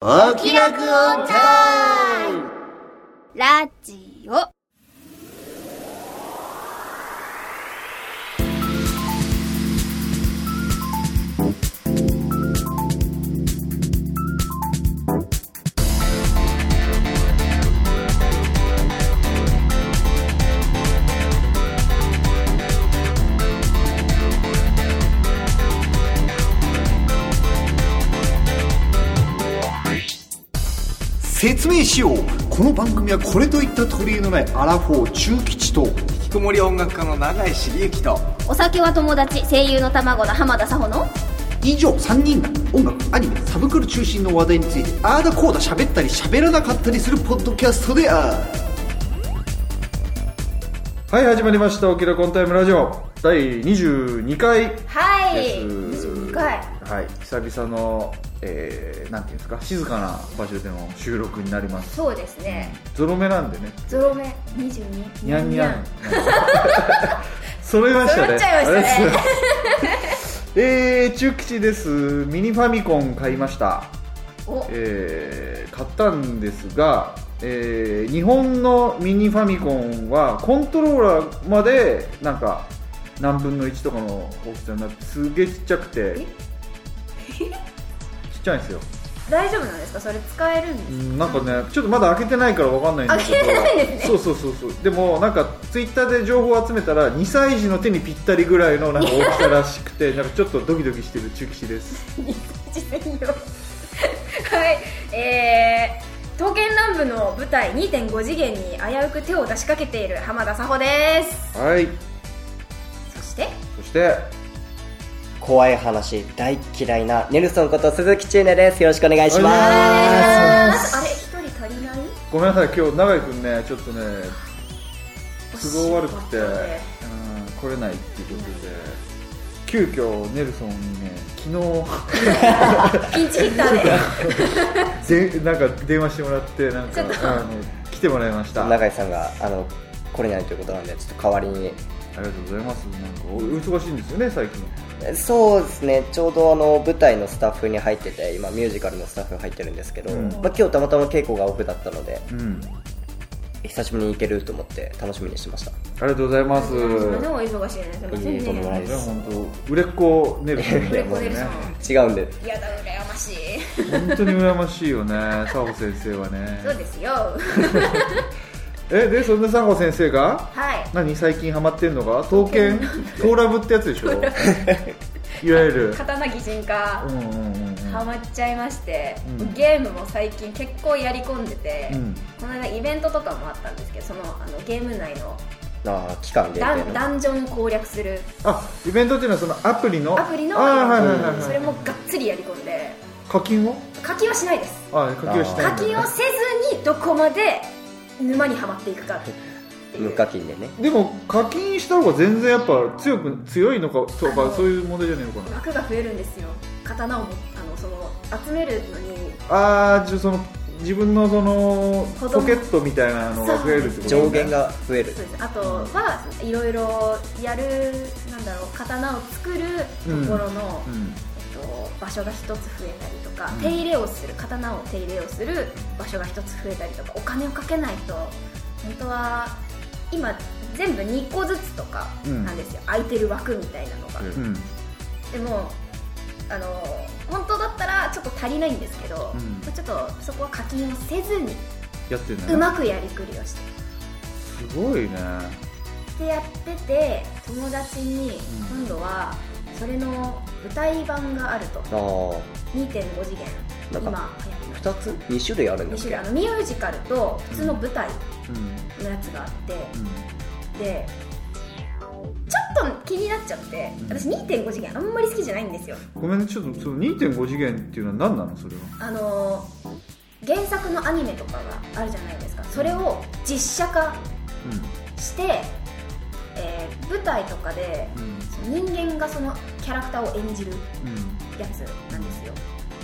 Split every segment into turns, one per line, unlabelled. お気楽オンタイム
ラジオ。
説明しようこの番組はこれといった取り柄のないアラフォー中吉と
引きこもり音楽家の永井茂之と
お酒は友達、声優の卵の浜田さほの。
以上3人が音楽アニメサブクル中心の話題についてああだこうだ喋ったり喋らなかったりするポッドキャストである
はい、始まりました。オキラコンタイムラジオ。第22回で
はい。
す。
22回。
はい、久々の、えー、なんていうんですか、静かな場所での収録になります。
そうですね。
ゾロ目なんでね、
ゾロ目22。
にゃんにゃん。 揃いまし た
揃
ね。
っちゃいましたね
ありがとうございます。えー、中吉です。ミニファミコン買いました。
お、
えー買ったんですが、えー日本のミニファミコンはコントローラーまでなんか何分の1とかの大きさになってすげえちっちゃくて ちっちゃいんですよ
大丈夫なんですかそれ使えるんで
う
す
んなんかねちょっとまだ開けてないからわかんないんだけど
開けてないですね
そうそうそうそうでもなんかツイッターで情報を集めたら2歳児の手にぴったりぐらいのなんか大きさらしくてなんかちょっとドキドキしてる中吉です
専用 はいえー、刀剣乱舞の舞台2.5次元に危うく手を出しかけている浜田紗穂です
はい
そして
そして
怖い話大嫌いなネルソンこと鈴木中奈ですよろしくお願いします
あれ一人足りない
ごめんなさい、今日永井君ね、ちょっとね、
お仕事
都合悪くて、う
で
ん、来れないっていうことで、急遽ネルソンにね、
ピンチヒッターで
昨日 ぜなんか電話してもらって、なん
ちょっと
か、あの来てもらいました。あり
永井さんがあの来れないということなんでちょっと代わりに
がとうございます。なんかおお忙しいんですよね、最近。
そうですねちょうどあの舞台のスタッフに入ってて今ミュージカルのスタッフに入ってるんですけど、
うん
まあ、今日たまたま稽古がオフだったので
うん、
久しぶりに行けると思って楽しみにしてました
あり がとうございます。
お忙しいねすいませ
いえいえと
ん
んで
ね
もない
じゃあ本当売れっ子ネルソン
売れっ子ネルソン
違うんで
やだ羨ま しい
本当に羨ましいよね、佐保先生はね
そう。ですよ
え、で、そんな佐保先生が
はい
何最近ハマってんのが刀剣刀ラブってやつで しょいわゆる
刀擬人化
うんうんうんうん
ハマっちゃいまして、
うん
ゲームも最近結構やり込んでて、
うん
この間イベントとかもあったんですけどそのあのゲーム内の
ああ期間限
ダ
定
ン
の
ダンジョン攻略する
あイベントっていうのはそのアプリの
アプリの
あーはいはいはい
そ
は
れ
い
もがっつりやり込んで
課金を
課金はしないです
あ課金をしたい
課
んだ
金をせずにどこまで沼にはまっていくか
無課金でね
でも課金した方が全然やっぱ強く強いのかと
あ
か
の
そういう問題じゃないのかな
枠が増えるんですよ刀をもあのその集めるのに
ああじゃあその自分のその
子供
ポケットみたいなのが増えるってこと
上限が増える
そうですあとはいろいろやるなんだろう刀を作るところの、
う
えっ
ん
と場所が一つ増えたりとか、
うん
手入れをする刀を手入れをする場所が一つ増えたりとかお金をかけないと本当は今全部2個ずつとか
うん
なんですよ、空いてる枠みたいなのが、
うん
うん
でもあの本当だったらちょっと足りないんですけど、
うん
まあちょっとそこは課金をせずに
やってんだね
うまくやりくりをして
すごいね
ってやってて友達に今度はそれの舞台版があると
ああ
2.5次元
な
今
ん
流行
か
りの
2つ2種類あるんで
2
す
種類
けど
あのミュージカルと普通の舞台
うん
のやつがあって、
う
でちょっと気になっちゃって私2.5次元あんまり好きじゃないんですよ
んごめんねちょっとその2.5次元っていうのは何なのそれは
あのー原作のアニメとかがあるじゃないですかそれを実写化して、えー舞台とかで
うんうん
その人間がそのキャラクターを演じる
う
やつなんですよ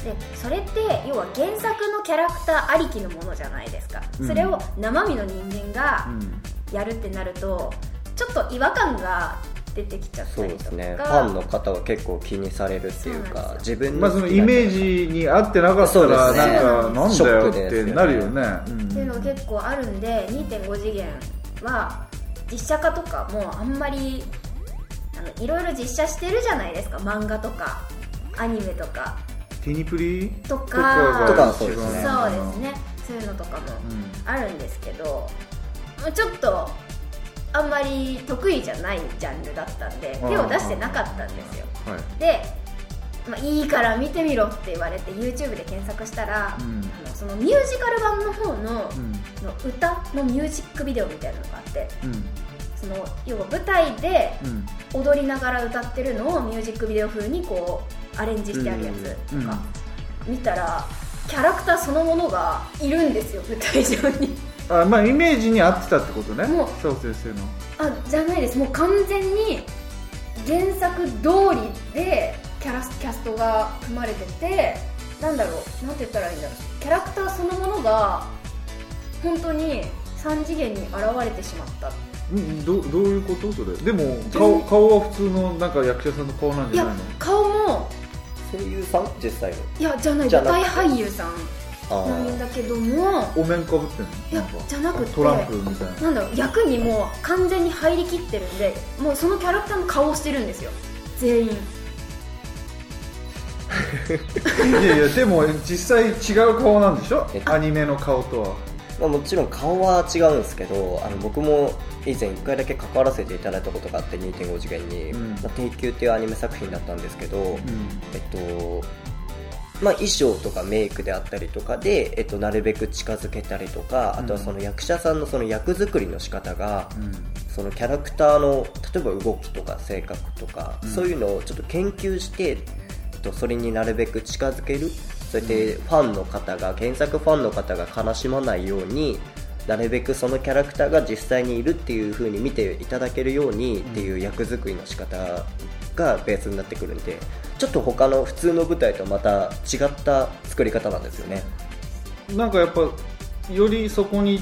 でそれって要は原作のキャラクターありきのものじゃないですか、
うん
それを生身の人間が
ん
やるってなるとちょっと違和感が出てきちゃった
そう
り
で
と
す
か、
ねファンの方は結構気にされるっていう
そうな
か
んです
自分の
まあそのイメージに合ってなかったら
そう
なん
ですね
かなんだよっ
ショックですよ
て
ね
なるよね
っていうの結構あるんで2.5次元は実写化とかもあんまりあのいろいろ実写してるじゃないですか漫画とかアニメとか
テニプリ
とか
が
とかそうです
そう
ね
ですねそういうのとかもあるんですけどもうちょっとあんまり得意じゃないジャンルだったんで手を出してなかったんですよ
うんはい
で、まあ、いいから見てみろって言われて YouTube で検索したら、
うん
あのそのミュージカル版の方の,、
うん
の歌のミュージックビデオみたいなのがあって
うん
その要は舞台で
うん
踊りながら歌ってるのをミュージックビデオ風にこうアレンジしてあるやつとか、見たらキャラクターそのものがいるんですよ舞台上に
あまあイメージに合ってたってことね
もう
そう先生の
あじゃないですもう完全に原作通りでキャラキャストが組まれててなんだろうなんて言ったらいいんだろうキャラクターそのものが本当に3次元に現れてしまった
うんどどういうことそれでも顔顔は普通のなんか役者さんの顔なん
い
じゃ
や
ないの
顔も
声優さん実際の
いやじゃない
じゃ
舞
なく
台
て
俳優さん
あ
なんだけども
お面かぶってんの
いや
んか
じゃなくて
トランプみたいな
なんだろう役にもう完全に入りきってるんでもうそのキャラクターの顔をしてるんですよ全員
いやいやでも実際違う顔なんでしょ
え
アニメの顔とは
まあ、もちろん顔は違うんですけどあの僕も以前1回だけ関わらせていただいたことがあって2.5次元に「
うん
まあ、定休」っていうアニメ作品だったんですけど、
う
えっとまあ、衣装とかメイクであったりとかで、えっと、なるべく近づけたりとかあとはその役者さんのその役作りの仕方が、
ん
そのキャラクターの例えば動きとか性格とか、
うん
そういうのをちょっと研究して、えっと、それになるべく近づけるそうやってファンの方が原作ファンの方が悲しまないようになるべくそのキャラクターが実際にいるっていう風に見ていただけるようにっていう役作りの仕方がベースになってくるんでちょっと他の普通の舞台とまた違った作り方なんですよね
なんかやっぱよりそこに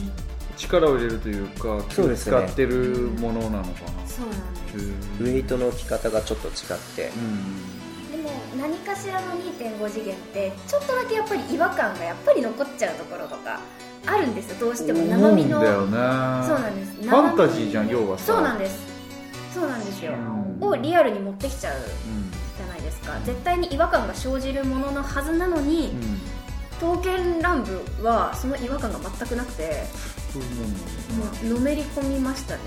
力を入れるというか気
そう
を
ですね
使ってるものなのかな
そうなんで
へー
ウエイトの置き方がちょっと違って
うん
でも何かしらの2.5次元ってちょっとだけやっぱり違和感がやっぱり残っちゃうところとかあるんですよどうしても生身の
思う
そう
んだよね
なんです
ファンタジーじゃん要はさ
そうなんですそうなんですよ
うん
をリアルに持ってきちゃう
うん
じゃないですか絶対に違和感が生じるもののはずなのに、
うん
刀剣乱舞はその違和感が全くなくて
そういうもんな
も
んだよね
うのめり込みましたね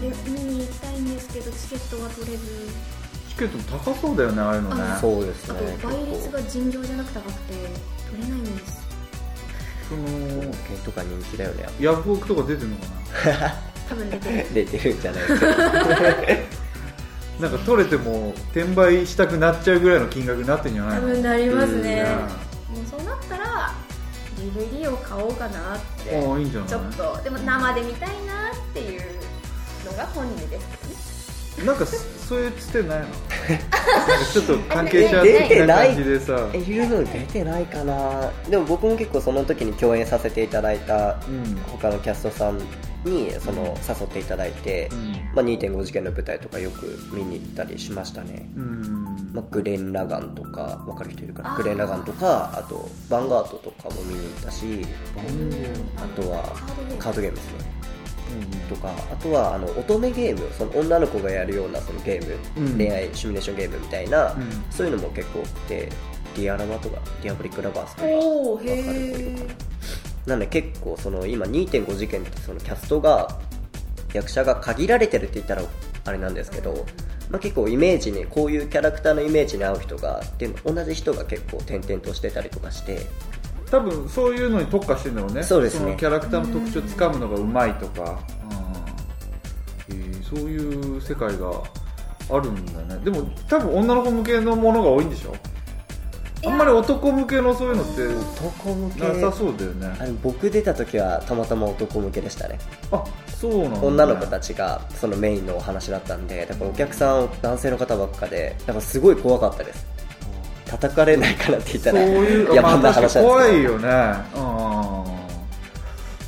で見に行きたいんですけどチケットが取れず
チケットも高そうだよねああいうのね
あ
そ
そうです
あ
ね
と倍率が尋常じゃなく高くて取れないんです
の
冒険とか人気だよね
ヤフオクとか出てんのかな
多分出て る
出てるんじゃないですか
なんか取れても転売したくなっちゃうぐらいの金額になってんじゃな
多
いの
分なりますね
う
もうそうなったら DVD を買おうかなって
んああいいんじゃない
ちょっとでも生で見たいなっていうのが本音です
なんかそそういうつてないのなんかちょっと関係者
出て
的な
ない
感じでさ
え言うの出てないかなでも僕も結構その時に共演させていただいた
うん
他のキャストさんにその誘っていただいて、まあ、2.5次元の舞台とかよく見に行ったりしましたね、
うん
まあ、グレン・ラガンとか分かる人いるか
あ
な
ー
グレン・ラガンとかあとヴァンガードとかも見に行ったしあとはカードゲームですねとかあとはあの乙女ゲームその女の子がやるようなそのゲーム、
うん
恋愛シミュレーションゲームみたいな、
うん
そういうのも結構多くてディアラマとかディアブリック・ラバーズとか
おおへ
わかる子いる
え
かなので結構その今2.5次元ってそのキャストが役者が限られてるって言ったらあれなんですけど、まあ、結構イメージにこういうキャラクターのイメージに合う人がでも同じ人が結構転々としてたりとかして
多分そういうのに特化してんだろうね
そうですね
のキャラクターの特徴をつかむのがうまいとか、うんへえそういう世界があるんだねでも多分女の子向けのものが多いんでしょ
い
あ
や
んまり男向けのそういうのって
男向け
なさそうだよね
あの僕出た時はたまたま男向けでしたね
あそうなんだ、ね、
女の子たちがそのメインのお話だったんでだからお客さん男性の方ばっかでだからすごい怖かったです叩かれないからって言った
そう
ら
いう
野
まあ
蛮
確
な
か
話
に
なん
怖
で
い
すけど
よねうんなるほ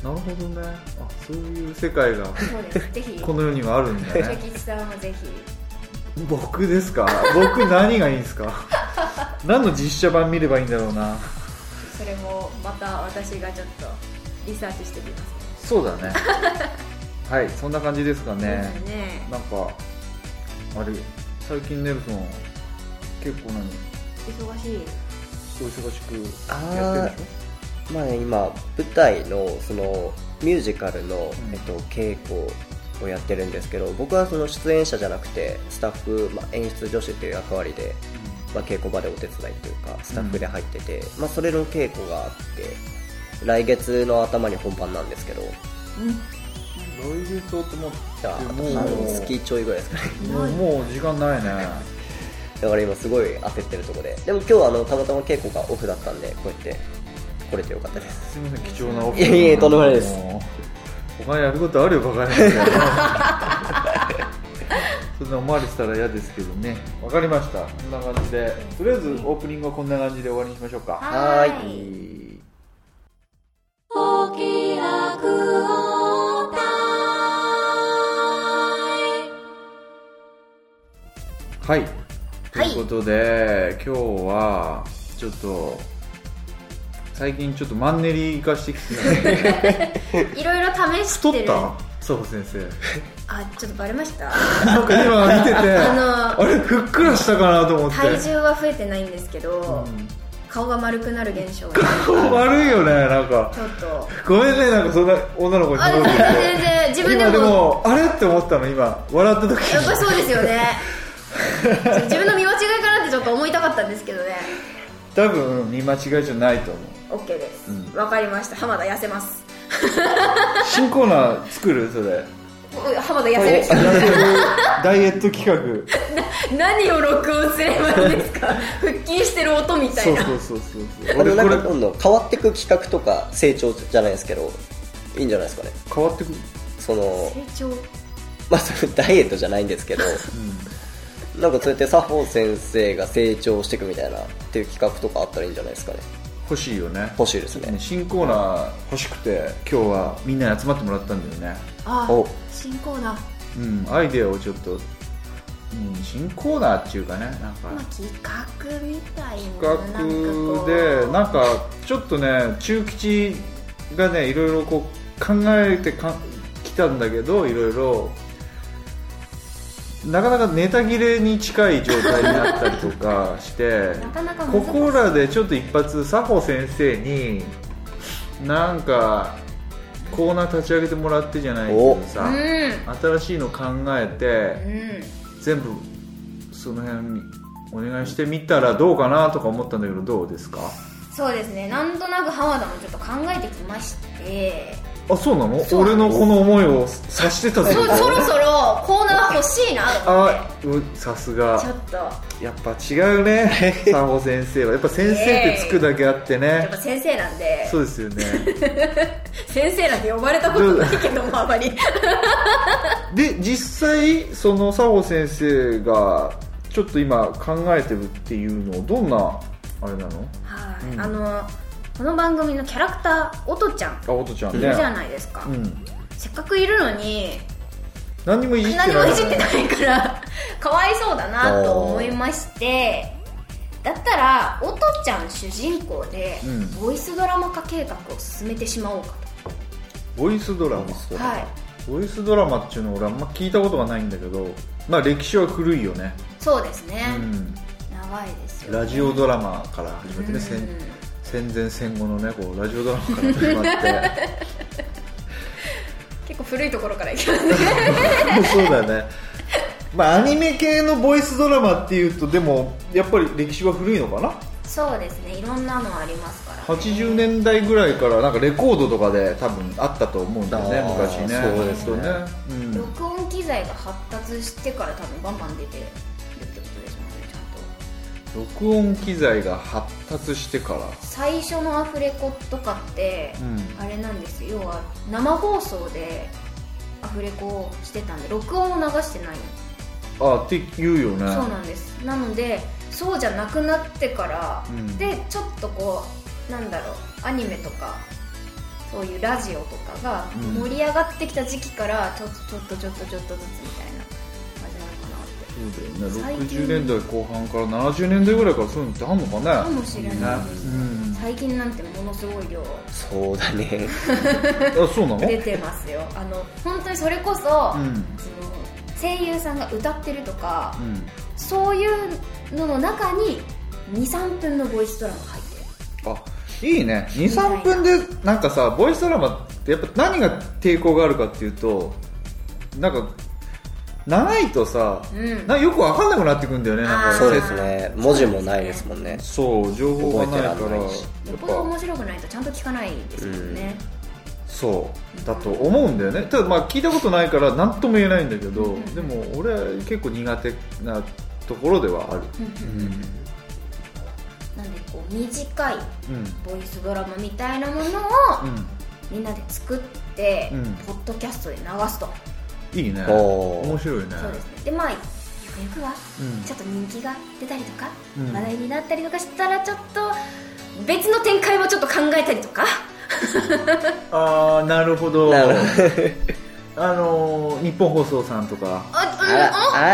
どねあそういう世界が
そうですぜひ
この世にはあるんだね
関さんはぜひ
僕ですか僕何がいいんですか何の実写版見ればいいんだろうな
それもまた私がちょっとリサーチしてきます
そうだね はいそんな感じですかね
そうですね
なんかあれ最近ネルソン結構何
忙しい
お忙しくやって
あ
るでし
ーまあ今舞台のそのミュージカルの、
うん
えっと、稽古をやってるんですけど僕はその出演者じゃなくてスタッフ、まあ、演出助手という役割で、まあ、稽古場でお手伝いというかスタッフで入ってて、まあ、それの稽古があって来月の頭に本番なんですけど
ょ、うん、来月と思って
じゃあ
もう
半月ちょいぐらいですかね
もうもう時間ないね
だから今すごい焦ってるとこででも今日はあのたまたま稽古がオフだったんでこうやって来れてよかったです
すみません貴重なオフ
いやいやとんでもないです
もう他にやることあるよバカ野郎 そんな思われてたら嫌ですけどねわかりましたこんな感じでとりあえずオープニングはこんな感じで終わりにしましょうか
は
は
ーい
い
お気楽をた
はい。ということで、今日は、ちょっと、最近ちょっとマンネリ化してき てない
いろいろ試して
太
る
ったそう先生。
あちょっとバレました
なんか今見てて、
あ
あれ、ふっくらしたかなと思って。
体重は増えてないんですけど、
うん
顔が丸くなる現象が
悪いよね、なんか。
ちょっ と
ごめんね、なんかそんな女の子に
あ
戻
全
って
然全然自分で
今で
も
も、あれって思ったの、今。笑った時
やっぱり
に。
そうですよ ね自分の見間違いかなってちょっと思いたかったんですけどね
多分、見間違いじゃないと思う。
OK です
うん
わ、かりました浜田痩せます
新コーナー作るそれ。
う浜田痩せる
痩せるダイエット企画。
何を録音すればいいんです か腹筋してる音みたい
そう
な
そうそうそうそう。
あの
俺
なん
これ
かどんどん変わってく企画とか成長じゃないですけどいいんじゃないですかね
変わってくる。
その
成長
まあそのダイエットじゃないんですけどなんかそうやって作法先生が成長していくみたいなっていう企画とかあったらいいんじゃないですかね
欲しいよね。
欲しいですね
新コーナー欲しくて今日はみんなに集まってもらったんだよね。
あ
お
新コーナー
うん、アイデアをちょっと、うん、新コーナーっていうかね、なんか
まあ企画みたいな
企
なんかこ
画
う
でなんかちょっとね中吉がねいろいろこう考えてかきたんだけどいろいろなかなかネタ切れに近い状態になったりとかして
なかなか難しい
ここらでちょっと一発佐保先生になんかコーナー立ち上げてもらってじゃないけどさ新しいの考えて
うんうん
全部その辺にお願いしてみたらどうかなとか思ったんだけどどうですか
そうですねなんとなく浜田もちょっと考えてきまして
あそうなの
そう
俺のこの思いを察してたぞ
そそろそろコーナー欲しいなと思って
あうさす
ちょ
が
っとや
やっぱ違うね 佐保先生はやっぱ先生ってつくだけあって
っ
ね
ぱ先生なんで
そうです よね
先生なんて呼ばれたことないけどもあま り
で実際その佐保先生がちょっと今考えてるっていうのをどんなあれなの
はい、
うん
あのこの番組のキャラクター音ちゃん
あおとちゃん
い
ね
るじゃないですか、
うん
せっかくいるのに
何にもいじってない
何もいじってないからかわいそうだなと思いましてだったら音ちゃん主人公で、
うん
ボイスドラマ化計画を進めてしまおうか
ボイスドラマ
とはい
ボイスドラマっていうの俺あんま聞いたことがないんだけどまあ歴史は古いよね、
そうですね
う、ん、
長いですよ、ね、
ラジオドラマから始めてね、戦戦前戦後のねこうラジオドラマから始まって
結構古いところからいきます ね
そうだよねまあアニメ系のボイスドラマっていうとでもやっぱり歴史は古いのかな
そうですねいろんなのありますから
80年代ぐらいからなんかレコードとかで多分あったと思うんだよね
あー
昔ね
そうですね
うん
録音機材が発達してから多分バンバン出てるってことですもんねちゃんと
録音機材が発達してから
最初のアフレコとかって、
うん
あれなんですよ要は生放送でアフレコをしてたんで録音を流してないの、
あって言うよね
そうなんですなのでそうじゃなくなってから、
うん
でちょっとこうなんだろうアニメとかそういうラジオとかが
うん
盛り上がってきた時期からちょっとちょっとちょっとちょっとずつみたいな感じなのかなって最近
60年代後半から70年代ぐらいからそういうのってあんのか
か
ね
もしれない
な
うん
最近なんてものすごい量
そうだね
あそうなの
出てますよあの本当にそれこそ、
うん
その声優さんが歌ってるとか、
うん
そういうのの中に23分のボイスドラマが入ってる
あいいね23分でなんかさボイスドラマってやっぱ何が抵抗があるかっていうとなんか長いとさ、
うん
なよく分かんなくなってくんだよねなんか
そう
せ
ですね文字もないですもんね
そう情報がないから
覚えてらんないし
よっぽど
やっぱ
面白くないとちゃんと聞かないですもんね、
そうだと思うんだよねただまあ聞いたことないから何とも言えないんだけど、
ん
でも俺結構苦手なところではある
なんでこう短い
うん
ボイスドラマみたいなものをみんなで作って、
うん
ポッドキャストで流すと、
うんいいね
おー
面白いね
そうですねでまあゆくゆくは
うん
ちょっと人気が出たりとか、
うん
話題になったりとかしたらちょっと別の展開もちょっと考えたりとか
ああなるほど
なる
あのー日本放送さんとか
あ
あら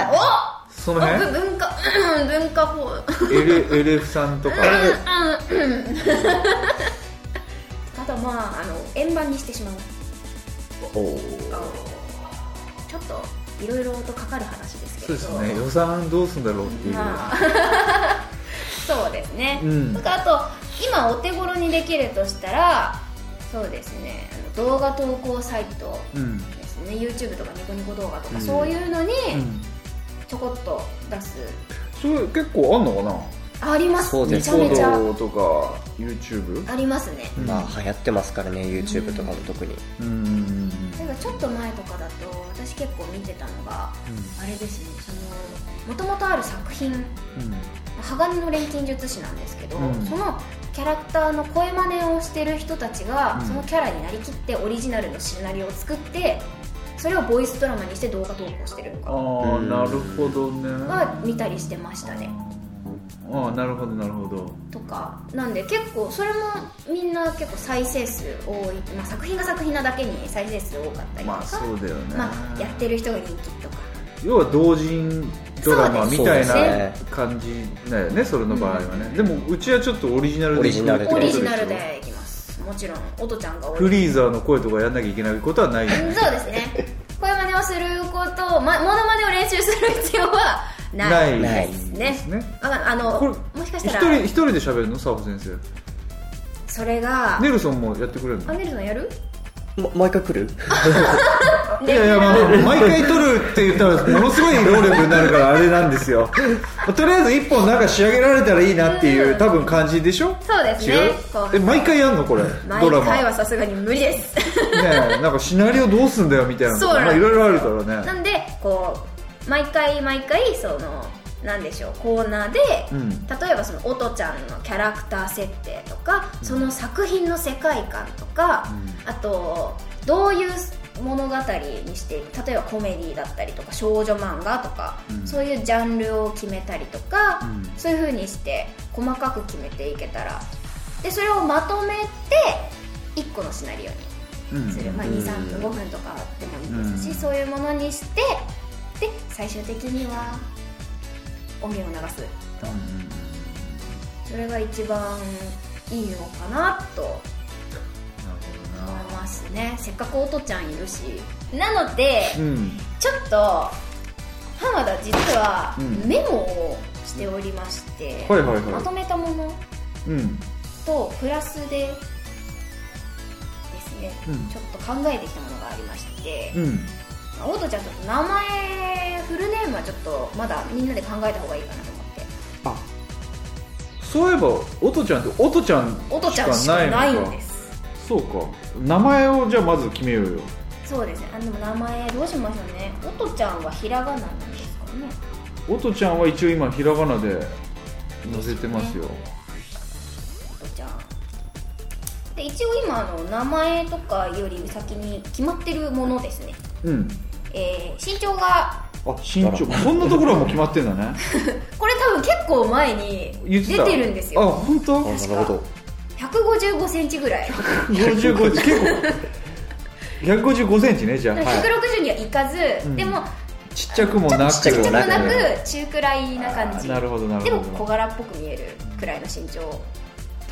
あら
そ
うん
の
おあ
辺
ぶ文化 うん文化法
L- LF さんとか
ただまああの円盤にしてしまう
おー
ちょっといろいろとかかる話です
そ
けれ
うで
ど
すね予算どうすんだろうっていう
まあ そうですね、
うん
とかあと今お手頃にできるとしたらそうですねあの動画投稿サイト
うん
ですね YouTube とかニコニコ動画とか、
うん
そういうのに
うん
ちょこっと出す、
それ結構あんのかな
あります
そう
め
で
ち
す
ゃめちゃ
動とか YouTube
ありますね
うん
まあ流行ってますからね YouTube とかも特に
うん
例えばちょっと前とかだと私結構見てたのが、あれですねそのもともとある作品鋼の錬金術師なんですけど、
うん
そのキャラクターの声真似をしてる人たちが、
うん
そのキャラになりきってオリジナルのシナリオを作ってそれをボイスドラマにして動画投稿してるのか
ああ
うん
なるほどね
は見たりしてましたね
ああなるほどなるほど
とかなんで結構それもみんな結構再生数多い、まあ、作品が作品なだけに再生数多かったりとか、
まあそうだよね、
まあやってる人が人気とか
要は同人ドラマみたい
そうで
な
す
感じだよねそれの場合はね、でもうちはちょっとオリジナルで
オリジナルで
オリジナルでいきますもちろん音ちゃんが多
フ
い
リーザーの声とかやんなきゃいけないことはないよね
そうですね声真似をすること、ま、モノマネを練習する必要はない
ない
ない
ですね
ね
ああの
これ
もしかし
一
た
人
ら
一人で喋るのサーフ先
それが
生ネルソンもやってくれる
あ
の
ネルソンやる
ま毎回来 る
いやいや、まあ、毎回撮るって言ったらものすごい労力になるからあれなんで すよとりあえず一本なんか仕上げられたらいいなっていう多分感じでしょ
そうですね
違う
こう
え毎回やんのこれ
毎
ドラマ
回はさすがに無理です
ねえなんかシナリオどうすんだよみたいなの
そうなん
まあいろいろあるから
な
ね
んでこう毎回毎回そのなんでしょうコーナーで、
うん
例えばその音ちゃんのキャラクター設定とか、その作品の世界観とか、あとどういう物語にしていく例えばコメディだったりとか少女漫画とか、そういうジャンルを決めたりとか、そういう風にして細かく決めていけたらでそれをまとめて1個のシナリオに
うん
する、まあ、
うん
23分5分とかでもいいですし、
うん
そういうものにしてで最終的には音源を流すと、それが一番いいのかなと思いますねせっかくおとちゃんいるしなので
うん
ちょっと浜田実は
うん
メモをしておりまして、
はいはい
まと
は
めたもの
いうん
とプラスでですね、
うん
ちょっと考えてきたものがありまして、
うん
オートちゃんちょっと名前フルネームはちょっとまだみんなで考えた方がいいかなと思って
あそういえばオトちゃんってオトちゃん
オトちゃんし
し
か
か
な
ない
い
の
ん
か
です
そうか名前をじゃあまず決めようよ
そうですねあでも名前どうしましょうねオトちゃんはひらがななんですかね
オトちゃんは一応今ひらがなで載せてますよ
オトちゃんで一応今あの名前とかより先に決まってるものですね、
うん
えー、身長が
あ身長そんなところはもう決まってん だね
これ多分結構前に
言って
出
た
てるんです
あ
よ
本当
あなるほど
155センチぐらい
55結構155センチねじゃあ、
だから
は
160にはいかず、
うん
でも
い、ちっちゃくもなく
ちっちゃくもな
ちっちゃくも
く中くらいな感じ
なるほどなる
で
ほ
も
ど
小柄っぽく見えるくらいの身長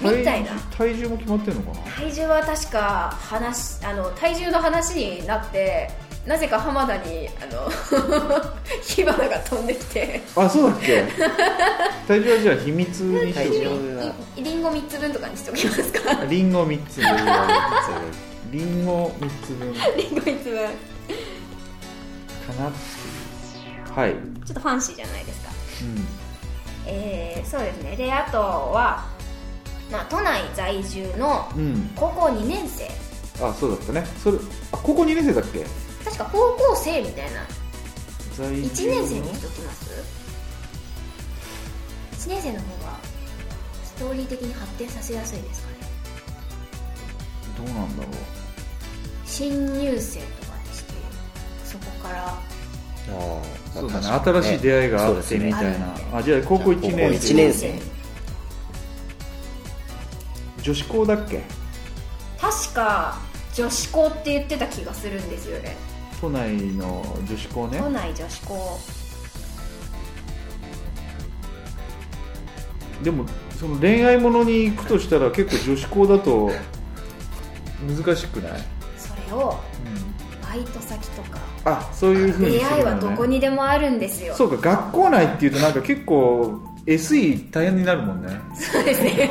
みたいな
体体重も決まってんのかな
体重は確か話あの体重の話になってなぜか浜田にあの 火花が飛んできて
あそうだっ け体重はじゃあ秘密にし
体
よう
重は
りりんご3つ分とかにしておきますか
リンゴ3つ分リンゴ3つ分か
りんご3つ分
なっていうはい、うん、
ちょっとファンシーじゃないですかえー、そうですねであとは、まあ、都内在住の
うん、
高校2年生
あそうだったねそれあ高校2年生だっけ
確か高校生みたいな
在住
1
の
年生にしときます1年生の方がストーリー的に発展させやすいですかね
どうなんだろう
新入生とかにしてそこから
あー
そう
ま
だね
あ確かに
新しい出会いが
そう
あ
で
っ
す
てみ
ね
たいな、
そうです
あじゃあ高校1
高校
年
1
生
年生
女子校だっけ
確か女子校って言ってた気がするんですよね
都内の女子校ね
都内女子校
でもその恋愛ものに行くとしたら結構女子校だと難しくない、
それを
うん、
バイト先とか
あそういうふう
出
にするのね
会いはどこにでもあるんですよ
そうか学校内っていうとなんか結構 SE 大変になるもんね
そうですね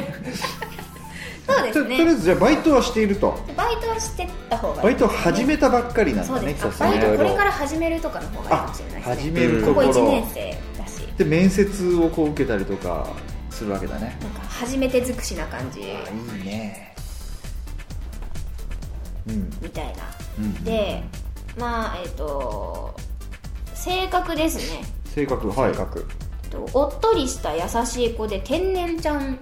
そうで
と
す
とりあえ
ね
ずじゃあバイトはしていると
バイトはしてった方がいい
バイトを始めたばっかりなん
そう
だね
です
久
か
々
バイトこれ
に
から始めるとかの方がいいかもしれないですね
始めると
こ
こ
こ
ろ、
1年生だし
で面接をこう受けたりとかするわけだね
なんか初めて尽くしな感じ
あいいねうん
みたいな
うん
でまあえっ、と性格ですね
性格はい性格
えっとおっとりした優しい子で天然ちゃん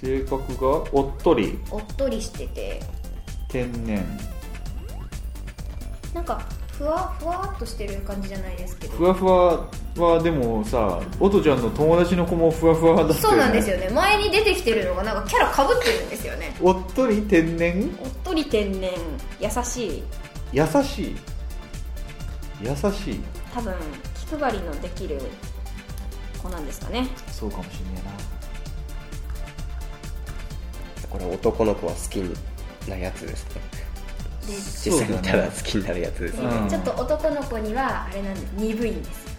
性格がおっとり
おっとりしてて
天然
なんかふわふわっとしてる感じじゃないですけど
ふわふわはでもさ音ちゃんの友達の子もふわふわだったよね
そうなんですよね前に出てきてるのがなんかキャラかぶってるんですよね
おっとり天然
おっとり天然優しい
優しい優しい
多分気配りのできる子なんですかね
そうかもしんねえ
これ男の子は好きなやつですね
で
実際見たら好きになるやつです
で
ね
うん
ちょっと男の子にはあれなんです鈍いんですよ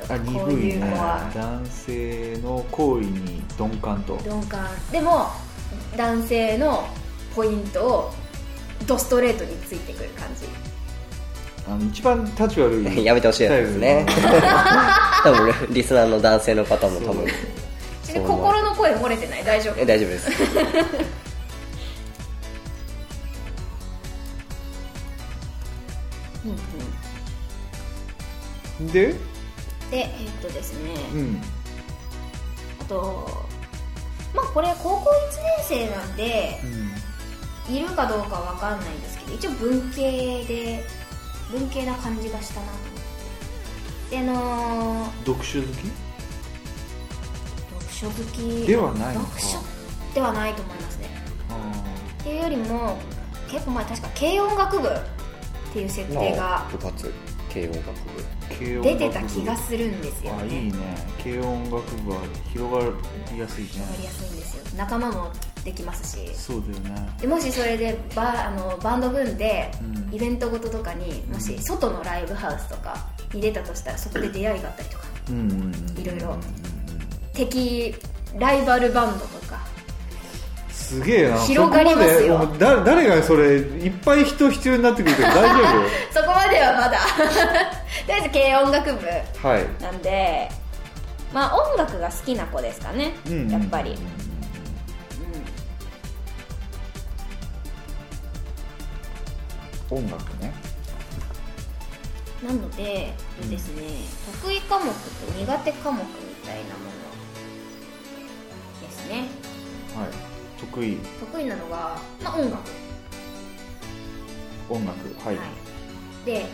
きっと
なあ
こう
鈍
い
いう
子
ね
は
男性の行為に鈍感と
鈍感でも男性のポイントをドストレートについてくる感じ
あの一番立ち悪い
やめてほしいやつですね多分リスナーの男性の方も多分
ちなみに心の声漏れてない大丈夫
え大丈夫です
で
でえーっとですね
うん
あとまあこれ高校1年生なんでいるかどうかわかんないんですけど一応文系で文系な感じがしたなと思ってであのー
読書好
読書好
き
き
ではないのか
読書ではないと思いますね
あ
っていうよりも結構前確か軽音楽部っていう設定が
部活慶応学部
ー軽音
出
楽部
てた気がするんですよ
あいい
ね
ね軽音楽部は広がりやすいね
わかりやすいんですよ仲間もできますし
そうだよね
でもしそれでバあのバンド組んで
うん
イベントごととかにもし外のライブハウスとかに出たとしたらそこで出会いがあったりとか
うんうんうん
いろいろ敵ライバルバンドとか
すげえな
広がりますよ
そこまでだ誰がそれいっぱい人必要になってくるけど大丈
そこまではまだ とりあえず軽音楽部
夫はい
なんでまあ音楽が好きな子ですかね、
うんうん
やっぱり、
音楽ね
うん、なので
うん
ですね、得意科目と苦手科目みたいなものですね
はい得意
得意なのが、まあ、音楽、
音楽はい、
で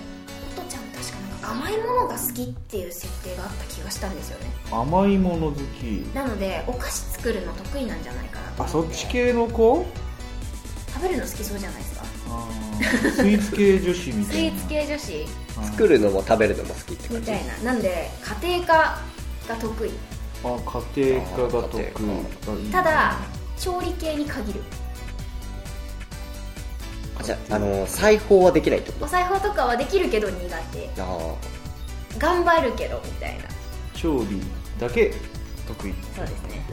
おとちゃん確かなんか甘いものが好きっていう設定があった気がしたんですよね
甘いもの好き
なのでお菓子作るの得意なんじゃないかなと
あそっち系の子
食べるの好きそうじゃないですか
あ ースイーツ系女子み
ス
た
イ
いな
ーツ系女子
うん
作るのも食べるのも好きって
み
感じ
たいななんで家庭科が得意
あ家庭科が得意
あー
あいいね
ただ調理系に限る
あじゃああの裁縫はできないってこ
お裁縫とかはできるけど苦手
とあ
頑張るけどみたいな
調理だけ得意
そうですね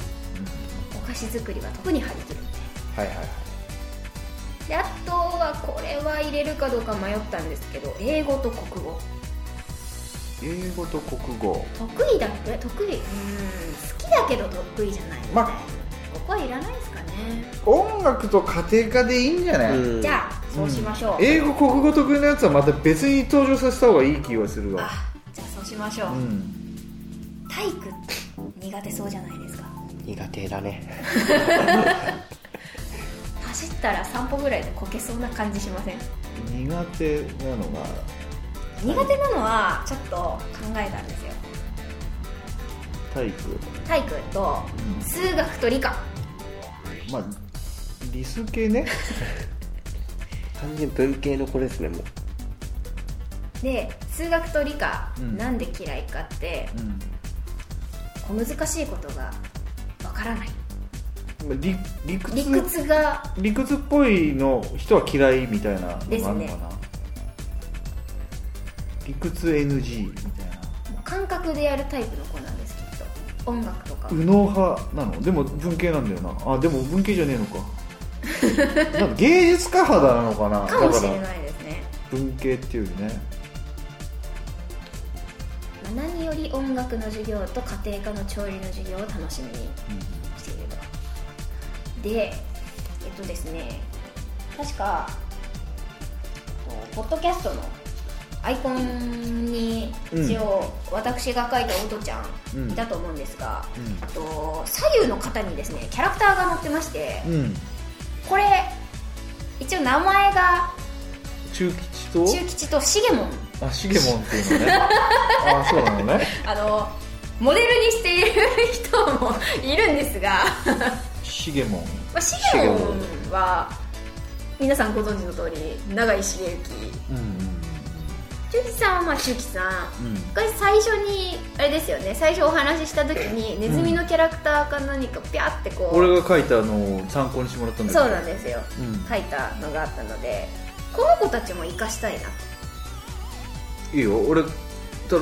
お菓子作りは特に張り切るみたい
あはいはいはい
なであとはこれは入れるかどうか迷ったんですけど英語と国語
英語と国語
得意だけど得意うーん好きだけど得意じゃないみたいな、
ま
ここはいらないですかね、
音楽と家庭科でいいんじゃない、
うん
じゃあそうしましょう、
英語国語得意なやつはまた別に登場させた方がいい気がするわ
あじゃあそうしましょう、
うん
体育苦手そうじゃないですか
苦手だね
走ったら散歩ぐらいでこけそうな感じしません
苦手なのが
苦手なのはちょっと考えたんですよ
体育
体育と数学と理科
まあ理数系ね
完全に文系の子ですねもう
で数学と理科、
うん
なんで嫌いかって
うん
小難しいことがわからない
まあ理理屈
理屈が
理屈っぽいの人は嫌いみたいなのがあるのかな、
ですね
理屈 NG みたいな
もう感覚でやるタイプの子なんですきっと音楽とか
右脳派なのでも文系なんだよなあでも文系じゃねえ のかなんか芸術家派なのかな
かもしれ
だから
ないですね、
文系っていうよりね
まあ、何より音楽の授業と家庭科の調理の授業を楽しみにしているとでえっとですね確かえっとポッドキャストのアイコンに一応私が書いた音ちゃ
うん
んいたと思うんですが、
うん
あと左右の肩にですねキャラクターが載ってまして
うん、うん、
これ一応名前が
中吉と
中吉とシゲモン
あシゲモンっ ていうのねあそうなのね
あのモデルにしている人もいるんですが、
シゲモン
まあ、シゲモンは皆さんご存知の通り永井茂之
うんうん
中吉さんはまあ中吉さん
うん
これ最初にあれですよね最初お話しした時にネズミのキャラクターか何かピャってこう、
俺が書いたのを参考にしてもらったんだけど
そうなんですよ、
うん
書いたのがあったのでこの子たちも生かしたいない
いよ俺ただ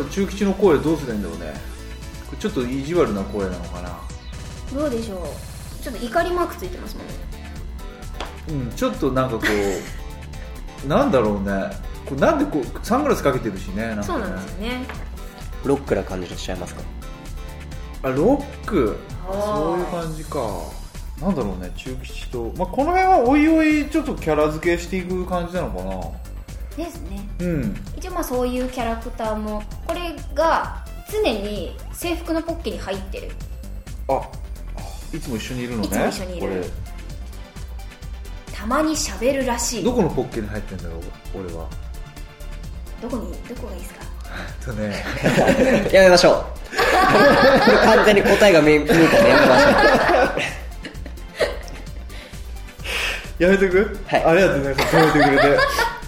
中吉の声どうすりゃいいんだろうねこれちょっと意地悪な声なのかな
どうでしょうちょっと怒りマークついてますもんね
うんちょっとなんかこ うなんだろうねこうなんでこうサングラスかけてるしねなんかね
そうなんですよね
ロックな感じがしちゃいますか
あロック
あー
そういう感じかなんだろうね中吉と、まあ、この辺はおいおいちょっとキャラ付けしていく感じなの
ですね
かなうん
一応まあそういうキャラクターもこれが常に制服のポッケに入ってる
あいつも一緒にいるのね
いつも一緒にいる
これ
たまに喋るらしい
ど
ど
このポッケに入ってんだろう俺 は
こにどこがいいですか
えっとね
やめましょう これ完全に答えが見見えたんでやめましょう
やめてく、
はい
ありがとうね止めてくれて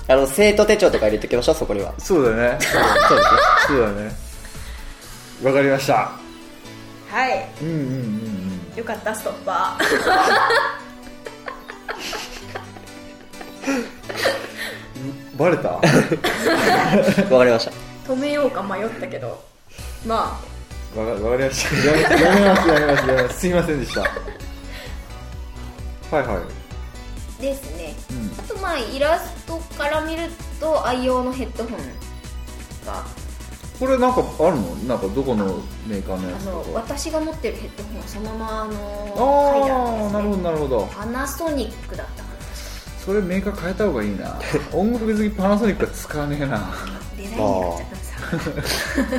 あの生徒手帳とか入れておきましょうそこには
そうだね
そうですね
そうだねわかりました
はい
うんうんうんうん
よかったストッパ
バレた
わかりました
ー止めようか迷ったけどまあ
わかわかりましたやめやめますやめますやめますすいませんでしたはいはい
ですね、
うん
あとまあイラストから見ると愛用のヘッドホンが
これなんかあるのなんかどこのメーカーのや
あ
つ
の
とか
私が持ってるヘッドホンはそのままあの書いてあるん
あ
で
あ
す、ね、
なるほどなるほど
パナソニックだったかな
それメーカー変えた方がいいな音楽別にパナソニックは使わねえな
デザインになっちゃったさ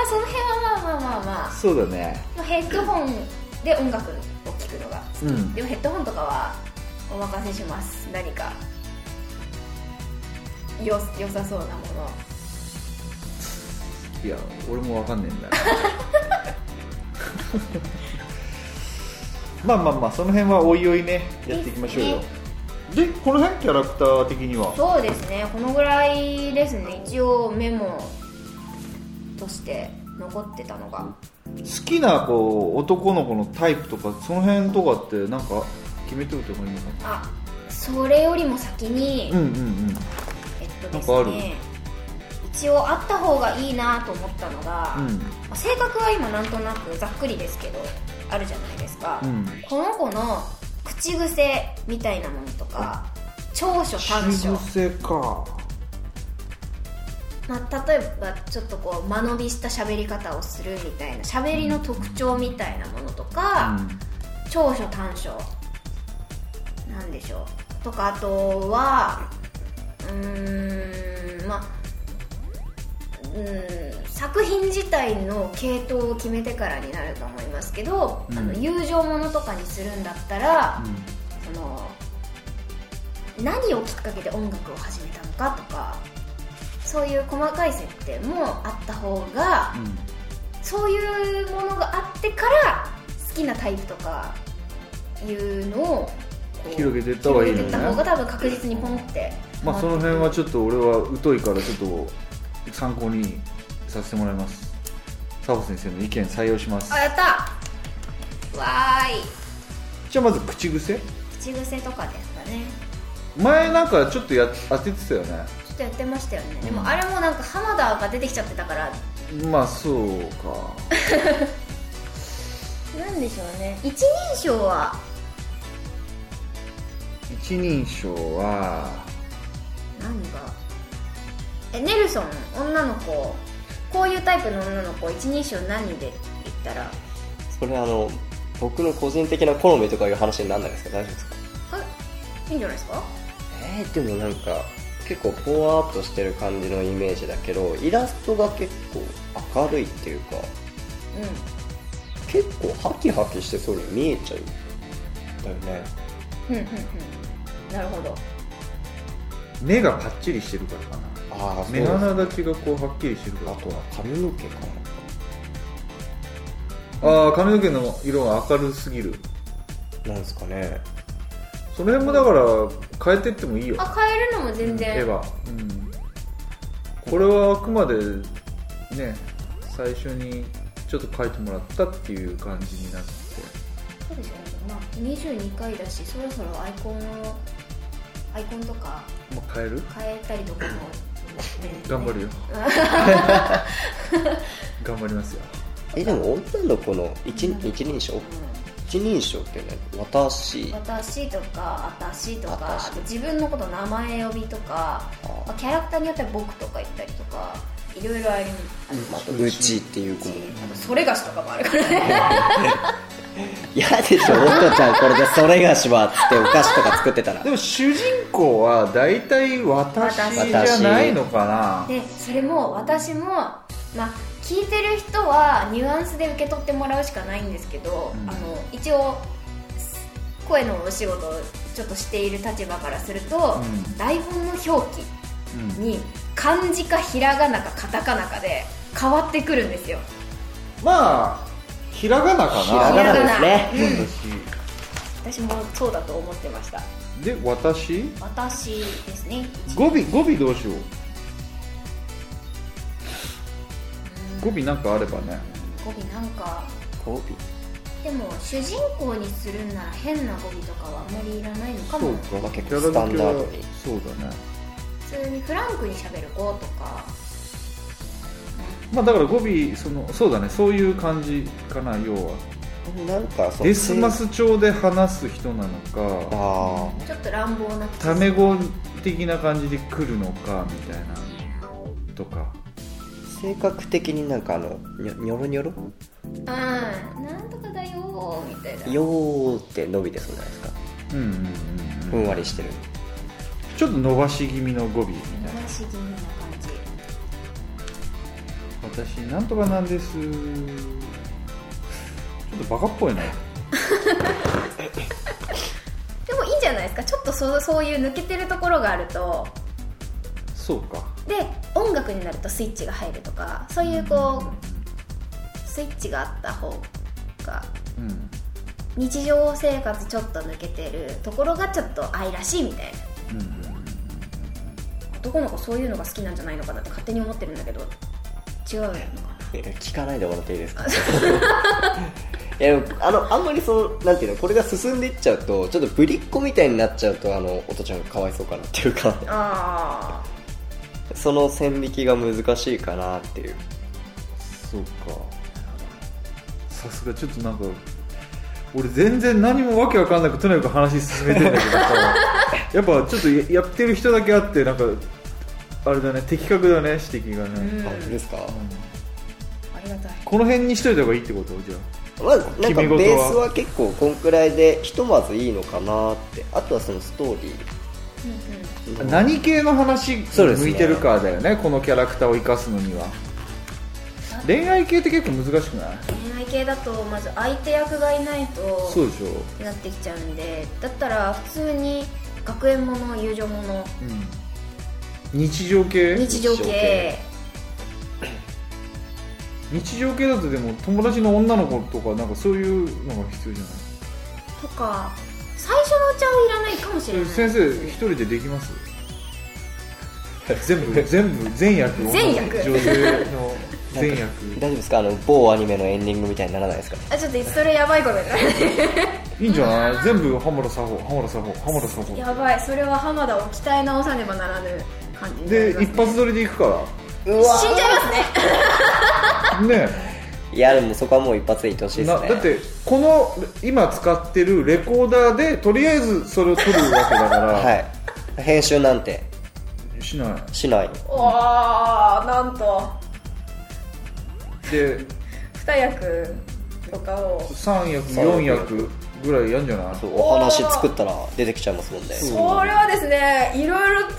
まあその辺はまあまあまあま
そうだね
あヘッドホンで音楽を聴くのが好き、
うん
でもヘッドホンとかはお任せします何かよ良さそうなもの
いや俺もわかんねえんだ まあまあまあその辺はおいおいねやっていきましょうよでこの辺キャラクター的には
そうですねこのぐらいですね一応メモとして残ってたのが
好きなこう男の子のタイプとかその辺とかってなんか決めておいてもいいのかな
あそれよりも先に、
うんうんうん
えっとで
なん
す
かある
ね一応あった方がいいなと思ったのが、
う
性格は今なんとなくざっくりですけどあるじゃないですか、
うん
この子の口癖みたいなものとか長所短
口
所、
癖か
まあ、例えばちょっとこう間延びした喋り方をするみたいな喋りの特徴みたいなものとか、長所短所なんでしょうとかあとはうーんまあうーん作品自体の系統を決めてからになると思いますけど、
うん
あの友情ものとかにするんだったら、その何をきっかけで音楽を始めたのかとかそういう細かい設定もあった方が、
うん
そういうものがあってから好きなタイプとかいうのをこう
広げていった方がいいのね
広げてった方が多分確実にポンって
まあその辺はちょっと俺は疎いからちょっと参考にさせてもらいます佐保先生の意見採用します
あやったわーい
じゃあまず口癖
口癖とかですかね
前なんかちょっとや当ててたよね
ちょっとやってましたよね、
ん
でもあれもなんか浜田が出てきちゃってたから
まあそうか
なんでしょうね一人称は
一人称は
何がえネルソン女の子こういうタイプの女の子一人称何でって言ったら
それあの僕の個人的な好みとかいう話にならないですか大丈夫ですか
えいいんじゃないですか
えー、でもなんか結構パワーアップしてる感じのイメージだけどイラストが結構明るいっていうか
うん
結構ハキハキしてそうに見えちゃうだよね
うんうんうんなるほど
目がパッチリしてるからかな
ああそう
目
です
鼻立ちがこうはっきりしてるから
あとは髪の毛かな
ああ髪の毛の色が明るすぎる
なんですかね
その辺もだから変えてってもいいよ
あ変えるのも全
絵
然
は、うん、これはあくまでね最初にちょっと書いてもらったっていう感じになって
そうですよねまあ22回だしそろそろアイコンをアイコンとか
まあ、変える
変えたりとかも
頑張る よ頑張りますよ
えでも女の子の一一人称一人称ってね私
私とか私とか
私
あと自分のこと名前呼びとか
あ
まあキャラクターによっては僕とか言ったりとかいろいろありあり
またうちっていう子も
あとそれがしとかもあるからね
嫌でしょおこちゃんこれでそれがしはっつってお菓子とか作ってたら
でも主人公は大体私じゃないのかな
でそれも私もまあ聞いてる人はニュアンスで受け取ってもらうしかないんですけど、
うん
あの一応声のお仕事をちょっとしている立場からすると、
うん
台本の表記
うん
に漢字かひらがなかカタカナかで変わってくるんですよ
まあひらがな
ひら
かな
がなですね
私もそうだと思ってました
私で私
私ですね
語尾語尾どうしよう語尾なんかあればね
語尾なんか
語尾
でも主人公にするんなら変な語尾とかはあんまりいらないのか
そう
も
か、
まあ結
キャ
構
ラ
スタ
だ
ン
け
ダ
は
ードに
そうだね
普通にフランクに喋る子とか
まあだから語尾そのそうだねそういう感じかな要は
なんかその
デスマス調で話す人なのか
あ
ちょっと乱暴な口
タメ語的な感じで来るのかみたいなとか
あ性格的になんかあのにょにょろにょろ
うんなんとかだよーみたいな
よーって伸びてそうじゃないですか
うんうんうん、
ふ
うん
んわりしてる
ちょっと伸ばし気味の語尾みたいな
流し気味な感じ
私なんとかなんですちょっとバカっぽいな
でもいいんじゃないですかちょっとそうそういう抜けてるところがあると
そうか
で音楽になるとスイッチが入るとかそういうこうスイッチがあった方が
うん
日常生活ちょっと抜けてるところがちょっと愛らしいみたいな男の子そういうのが好きなんじゃないのかなって勝手に思ってるんだけど違うのか
え聞かないでもらっていいですか いやでもあのあんまりそのなんていうのこれが進んでいっちゃうとちょっとぶりっ子みたいになっちゃうとあのおとちゃんがかわいそうかなっていうか
なあ
その線引きが難しいかなっていう
そうかさすがちょっとなんか俺全然何もわけわかんなくとにかく話進めてんだけどさ やっぱちょっとややってる人だけあってなんかあれだね的確だね指摘が
あうん
ね、
あ本当ですか、
ありがたい
この辺にしといた方がいいってことじゃ
まあ、なんか
決め事は
ベースは結構こんくらいでひとまずいいのかなってあとはそのストーリー
あ何系の話に
そうですね
向いてるかだよねこのキャラクターを生かすのには恋愛系って結構難しくない
恋愛系だとまず相手役がいないと
そうでしょ
なってきちゃうんでだったら普通に学園もの友情もの
うん日常系
日常
日常
系
系
日常系だとでも友達の女の子とかなんかそういうのが必要じゃない
とか最初のうちはいらないかもしれない
先生一人でできます 全部全部全役を
全役
女性の全役
大丈夫ですかあの某アニメのエンディングみたいにならないですか
あちょっとそれやばいことだ
いいんじゃない全部浜田作法浜田作法浜田作 法
やばいそれは浜田を鍛え直さねばならぬ感じになりま
で
す
一発撮りでいくか
うわ
死んじゃいますね
らね
いやでもそこはもう一発でいってほしいです
な
ね
だってこの今使ってるレコーダーでとりあえずそれを撮るわけだから、
はい編集なんて
しな
しない
わあなんと
いで
二役とかを
3役4役ぐらいやんじゃない
そうお話作ったら出てきちゃいますもんね
これはですねいろいろと無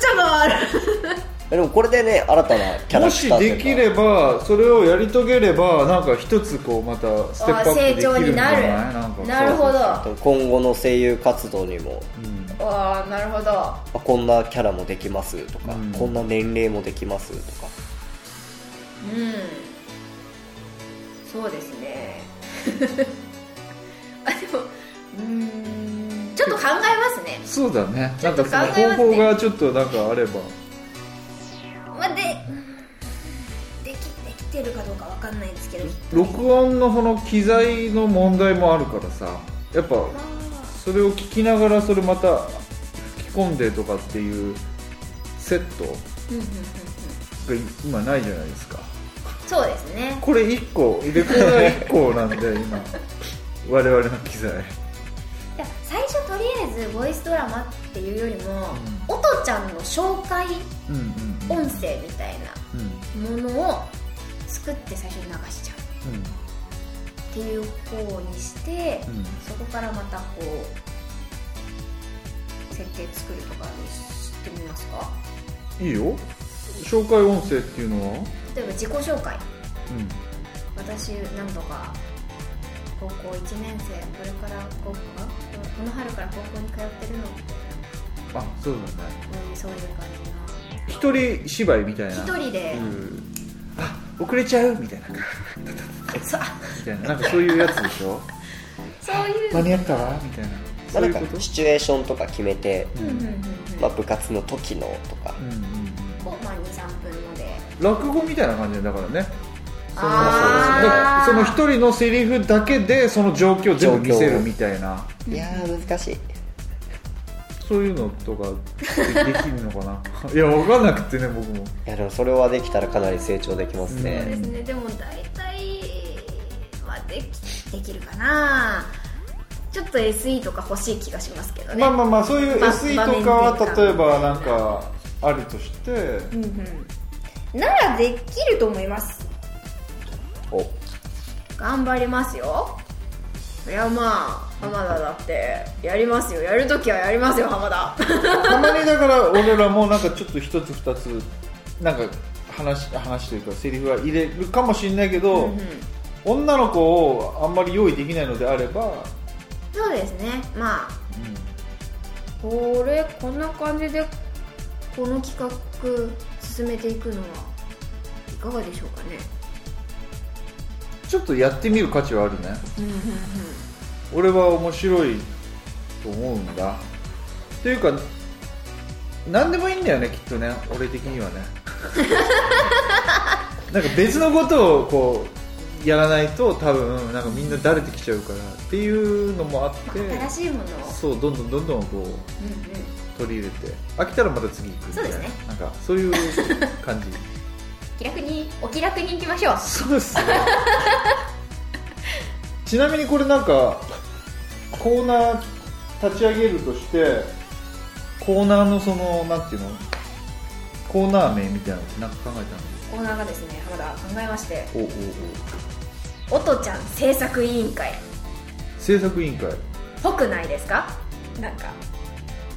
茶がある
でもこれでね新たなキャラ
も
ク
し
ターっていう
で
か
きればそれをやり遂げればなんか一つこうまたステップアップできるんじゃない
あ成長になる
んか
なるほど
今後の声優活動にも
うん
わあなるほど
あこんなキャラもできますとか、
うん
こんな年齢もできますとか
うんそうですね あでもうんちょっと考えますね、
そうだね
ち
な
ょ
ん
っと
か
考
そ
えますね
の方法がちょっとなんかあれば
まあ、でできできてるかどうかわかんないんですけど
録音のその機材の問題もあるからさやっぱそれを聞きながらそれまた吹き込んでとかっていうセット
うんうんうんうん
が今ないじゃないですか
そうですね
これ1個レコーダー1個なんで 今我々の機材
いや最初とりあえずボイスドラマっていうよりも
う
音ちゃんの紹介
うんうんうん
音声みたいな
うん
ものを作って最初に流しちゃうっていう方にして、
うんうん
そこからまたこう設定作るとかにしてみますか
いいよ紹介音声っていうのは、
例えば自己紹介
うん、
私なんとか高校1年生これから高校がこの春から高校に通ってるのって
あそうだね
そういう感
一人芝居みたいな
じな一人で、
うんあ遅れちゃうみたいなみ
そう
たいななんかそういうやつでしょ
そういう、
間に合ったわみたいな
まあ
そう
ないん
うこ
か
と
シチュエーションとか決めて、
うんうんうんうん
まあ、部活の時のとか
うんうんうん
をまあ23分ので
落語みたいな感じだからねその
あー
その一人のセリフだけでその状況を全部見せ
状況
る
を
みたいない
やー難しい
そういうのとかでできるのか ないや分かんなくてね僕も
いやでもそれはできたらかなり成長できます
そうで
ね、
すねでも大体はできできるかなちょっと SE とか欲しい気がしますけどね、
まあまあまあそういう
ば
SE
場面
とか
転換
は例えばなんかあるとして、
うんうん、ならできると思います
お
頑張りますよいやまあ浜田だってやりますよやるときはやりますよ浜田
たまにだから俺らもなんかちょっと一つ二つなんか話話というかセリフは入れるかもしれないけど、
うん
女の子をあんまり用意できないのであれば、
そうですねまあこれこんな感じでこの企画進めていくのはいかがでしょうかね
ちょっとやってみる価値はあるね俺は面白いと思うんだっていうか何でもいいんだよねきっとね俺的にはね なんか別のことをこうやらないと多分なんかみんなだれてきちゃうからっていうのもあって
新しいものを、
そうどんどんどんどんこう
うんうん、
取り入れて飽きたらまた次行くみたいな
そうですね
なんかそういう感じ
気楽にお気楽にいきましょう
そうですね ちなみにこれなんかコーナー立ち上げるとしてコーナーのそのなんていうのコーナー名みたいなのってなんか考え
コーナーがですね浜田考えまして
たのお
「
おお
おとちゃん制作委員会
制作委員会
ぽくないですか?」なんか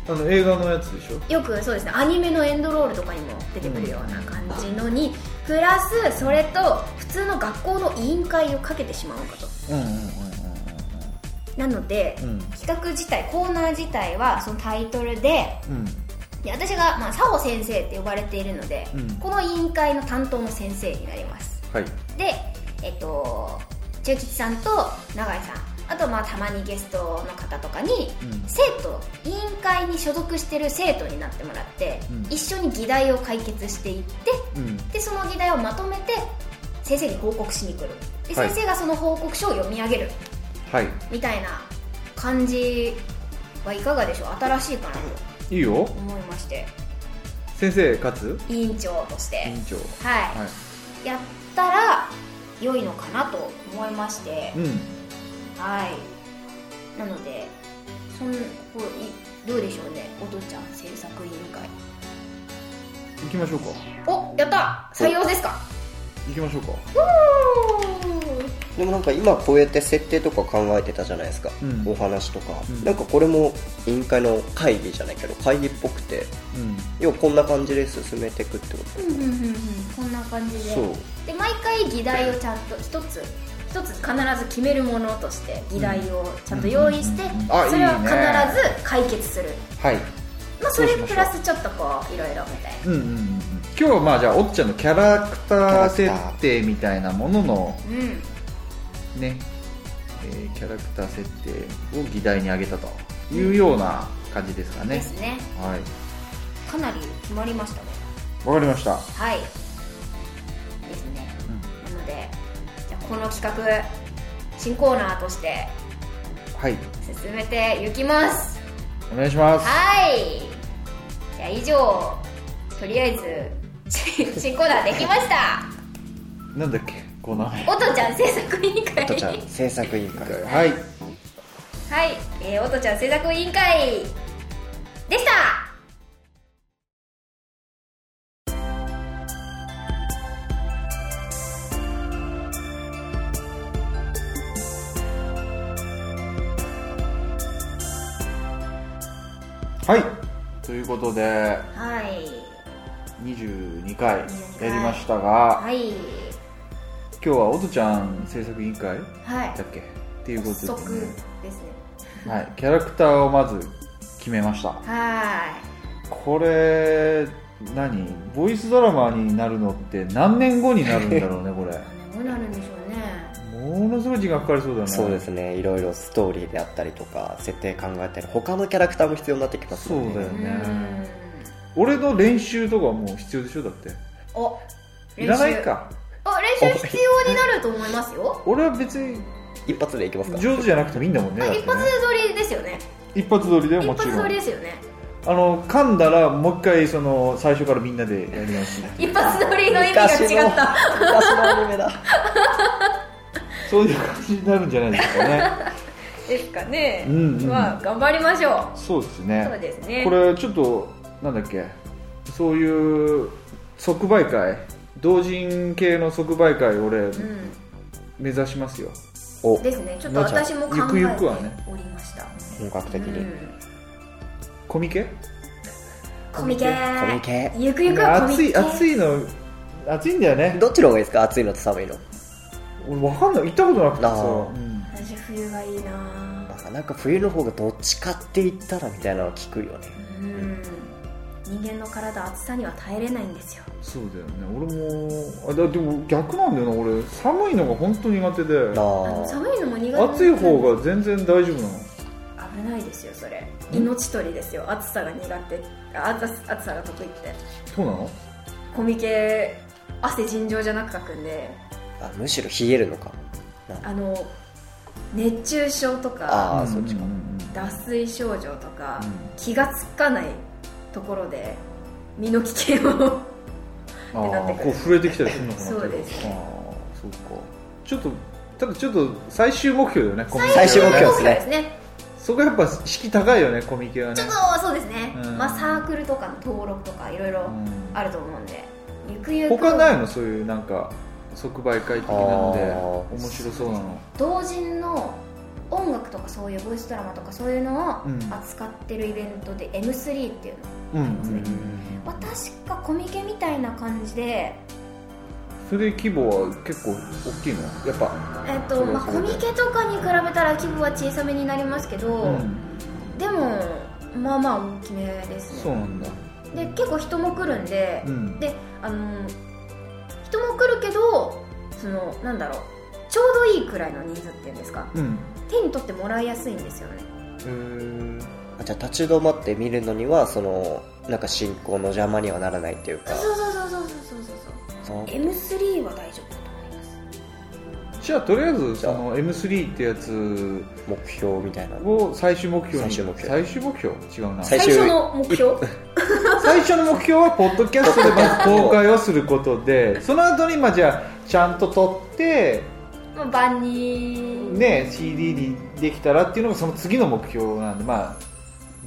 あの映画のやつでしょ
よくそうですねアニメのエンドロールとかにも出てくるような感じのに、プラスそれと普通の学校の委員会をかけてしまおうかと
うんうんうん
なので、
うん
企画自体コーナー自体はそのタイトルで
うん
で私が、まあ、佐保先生って呼ばれているので、
うん
この委員会の担当の先生になります
はい
でえっと中吉さんと永井さんあとまあたまにゲストの方とかに、
うん
生徒委員会に所属してる生徒になってもらって、
うん
一緒に議題を解決していって
うん
でその議題をまとめて先生に報告しに来るで
はい
先生がその報告書を読み上げる
はい
みたいな感じはいかがでしょう新しいかなと
いいよ
思いまして
先生かつ
委員長として
委員長
はい、
は
やったら良いのかなと思いまして
い、うん
はいなのでそんこういどうでしょうねおとちゃん制作委員会
行きましょうか
おやった採用ですか
行きましょうか
おー
でもなんか今こうやって設定とか考えてたじゃないですか、
うん
お話とか、
うん
なんかこれも委員会の会議じゃないけど会議っぽくて
うん
要はこんな感じで進めていくってこと
うんうんうんうんこんな感じで
そう
で毎回議題をちゃんと一つ一つ必ず決めるものとして議題をちゃんと用意して、
んあ
それを
いい
必
ね
ず解決する
はい
まあ、それ
そうしましょう
プラスちょっとこういろいろみたいな
うんうんうんうん今日はまあじゃあおっちゃんのキャラクター設定みたいなものの
うん
ね、えーキャラクター設定を議題に挙げたというような感じですかね
ですね
はい
かなり決まりましたね
わかりました
はいですね、なのでじゃあこの企画新コーナーとして
はい
進めていきます
お願いします
はいじゃあ以上とりあえず 新新コーナーできました
なんだっけコーナー
おとちゃん制作委員会
おとちゃん制作委員会
はい
はい、えー、おとちゃん制作委員会でした
はいということで
はい
22回やりましたが、
はい
今日はおとちゃん制作委員会
はい
だっけっていうこ
早
と
速
で、ね
ですね
はい、キャラクターをまず決めました
は
これ何ボイスドラマになるのって何年後になるんだろう ねこれ
ーい何になるんでしょうね
ものすごい時間かかりそうだね
そうですねいろいろストーリーであったりとか設定考えたり他のキャラクターも必要になってきますもんね
そうだよ
う
ね
ーん
俺の練習とかもう必要でしょだって
お
いらないか
あ練習必要になると思いますよ
俺は別に
一発でいきますか
上手じゃなくてもいいんだもんね
あ
だって
一
ね
発撮りですよね
一発撮りだよ
一
もち
発
ろ
撮
ん
りですよね
あの噛んだらもう一回その最初からみんなでやり 直し
一発撮りの意味が違った
昔のアニ メだ
そういう感じになるんじゃないですかね
ですかね、
うんうん
まあ頑張りましょう
そうですね
そうですね
これちょっとなんだっけそういう即売会同人系の即売会俺
うん
目指しますよ、
お
ですねちょっと私も考
ゆくゆ
えて
くはね
おりました、
本格的に、
うん
コミケ
コミケ
コミケ
ゆくゆくはコミ
暑
ケ
い暑
い
いの暑いんだよね
どっちの方がいいですか暑いのと寒いの
俺分かんない行ったことなくて
あ
さ、
ー
うん
私冬がいいな
あなんか冬の方がどっちかって言ったらみたいなの聞くよね
うん人間の体暑さには耐えれないんですよ
そうだよね俺もあだでも逆なんだよな俺寒いのが本当苦手で
あの
あ
寒いのも苦手なんです
暑い
よ
方が全然大丈夫なの
危ないですよそれ命取りですよ暑さが苦手あ暑さ暑さが得意って
そうなの
コミケ汗尋常じゃなくかくんで
あむしろ冷えるのか
あの熱中症とか
ああそっちか
うんうん
脱水症状とか、
うん
気がつかないところで身の危険 を
うん
な
あ
っ
あ
て
ー
くる
こう震えてきたりするのかな
そうです
ああそうかちょっとただちょっと最終目標だよねコミケ
最終目標ですね
最終目標ね
そこやっぱ敷居高いよねコミケはね
ちょっとそうですね、
うん
まあ、サークルとかの登録とかいろいろ
うん
あると思うんで、ゆくゆく
他ないのそういうなんか即売会的なの
あ
で面白そうなの
同人の音楽とかそういうボイスドラマとかそういうの
うん
を扱ってるイベントで M3 っていうの
うんうんうん
まあ確かコミケみたいな感じで、
それ規模は結構大きいのやっぱ
えっとまあ、コミケとかに比べたら規模は小さめになりますけど、
うん
でもまあまあ大きめです
そう
ね
なんだ
で結構人も来るんで、
うん
であの人も来るけどそのなんだろうちょうどいいくらいの人数っていうんですか
うん
手に取ってもらいやすいんですよね
へー
あじゃあ立ち止まって見るのにはそのなんか進行の邪魔にはならないっていうか
そうそうそうそうそうそう
そう
M3 は大丈夫だと思います
じゃあとりあえず
じ
そ
ゃあ
の M3 ってやつ
目標みたいな
を最終目標に
最終目標
最終目標違うな
最
最
終
最初の目標
初の目標はポッドキャストでまず公開をすることでその後にまあじゃあちゃんと撮って
まあ万 人
ね CD にできたらっていうのがその次の目標なんでまあ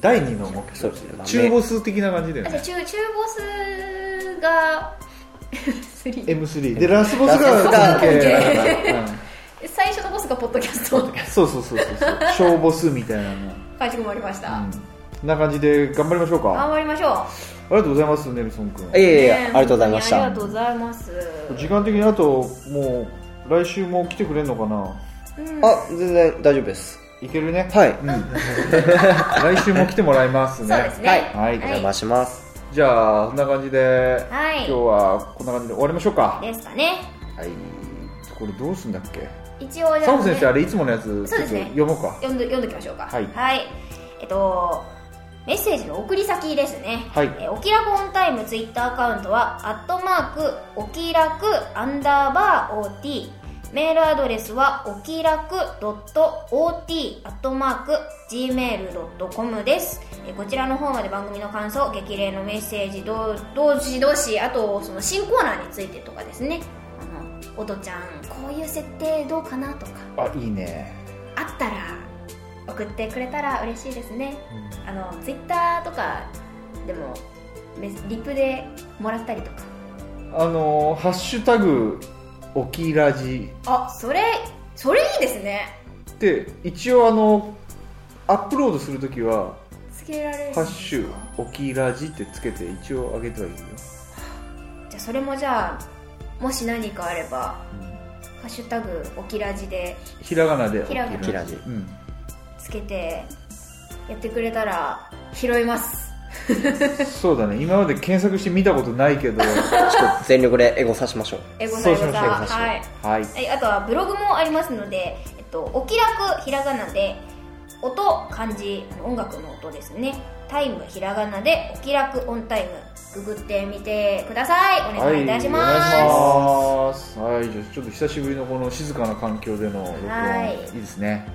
第2の目標
そうですねまあ
中ボス的な感じだよ
あじゃあ
ね
中中ボスが 3
M3 でラスボスが
ラスボスが
関係だからうん
最初のボスがポッドキャスト
そうそうそうそうそう小ボスみたいなの
かしこまりました、
うんそんな感じで頑張りましょうかあ
頑張りましょう
りがとうございますネルソン君
いやいや
ね
いやありがとうございまし
本当にあり
た
がとうございます
時間的にあともう来週も来てくれるのかな
うん
あ全然大丈夫です
いけるね
はい
うん来週も来てもらいますね
そうですね
はい
はい
お邪魔します
じゃあこんな感じで
はい
今日はこんな感じで終わりましょうか
ですかね
はいこれどうすんだっけ
一応じゃ
サ
あ、
ボ先生あれいつものやつちょっと
そうですね
読もうか
読んど読んどきましょうか
はい
えっとメッセージの送り先ですね
はい
えーおきらくオンタイムツイッターアカウントはアットマークおきらくアンダーバー OT メールアドレスはおきらく .ot アットマーク gmail.com ですえーこちらの方まで番組の感想激励のメッセージどうどしどしあとその新コーナーについてとかですねあのおとちゃんこういう設定どうかなとか
あいいね
あったら送ってくれたら嬉しいですね、あのツイッターとかでもメスリプでもらったりとか
あのー「ハッシュタグおきラジ
あそれそれいいですね」
で一応あのアップロードするときは
つけられる
「ハッシュおきラジ」ってつけて一応上げてはいるよ
じゃあそれもじゃあもし何かあれば「ハッシュタグおきらじ」で
ひらがなで
ひらがな
おきラジ
おき
うん
つけてやってくれたら拾います
そうだね今まで検索して見たことな いけど
ちょっと全力でエゴさしましょう
エゴサエゴ
そうしましょうエゴ
サ
サしましょう
はい
はい
はい、あとはブログもありますので、えっと、お気楽ひらがなで音漢字あの音楽の音ですねタイムひらがなでお気楽オンタイムググってみてくださいお願いいたします,、
はい、お願いしますはいじゃあちょっと久しぶりのこの静かな環境での録音、
はい
い、いですね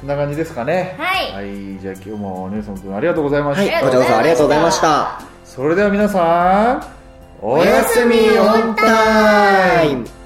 こんな感じですかね
はい
じゃあ今日もネルソン君ありがとうございました、
はい
お嬢さんありがとうございました
それでは皆さんお
おやすみオンタイム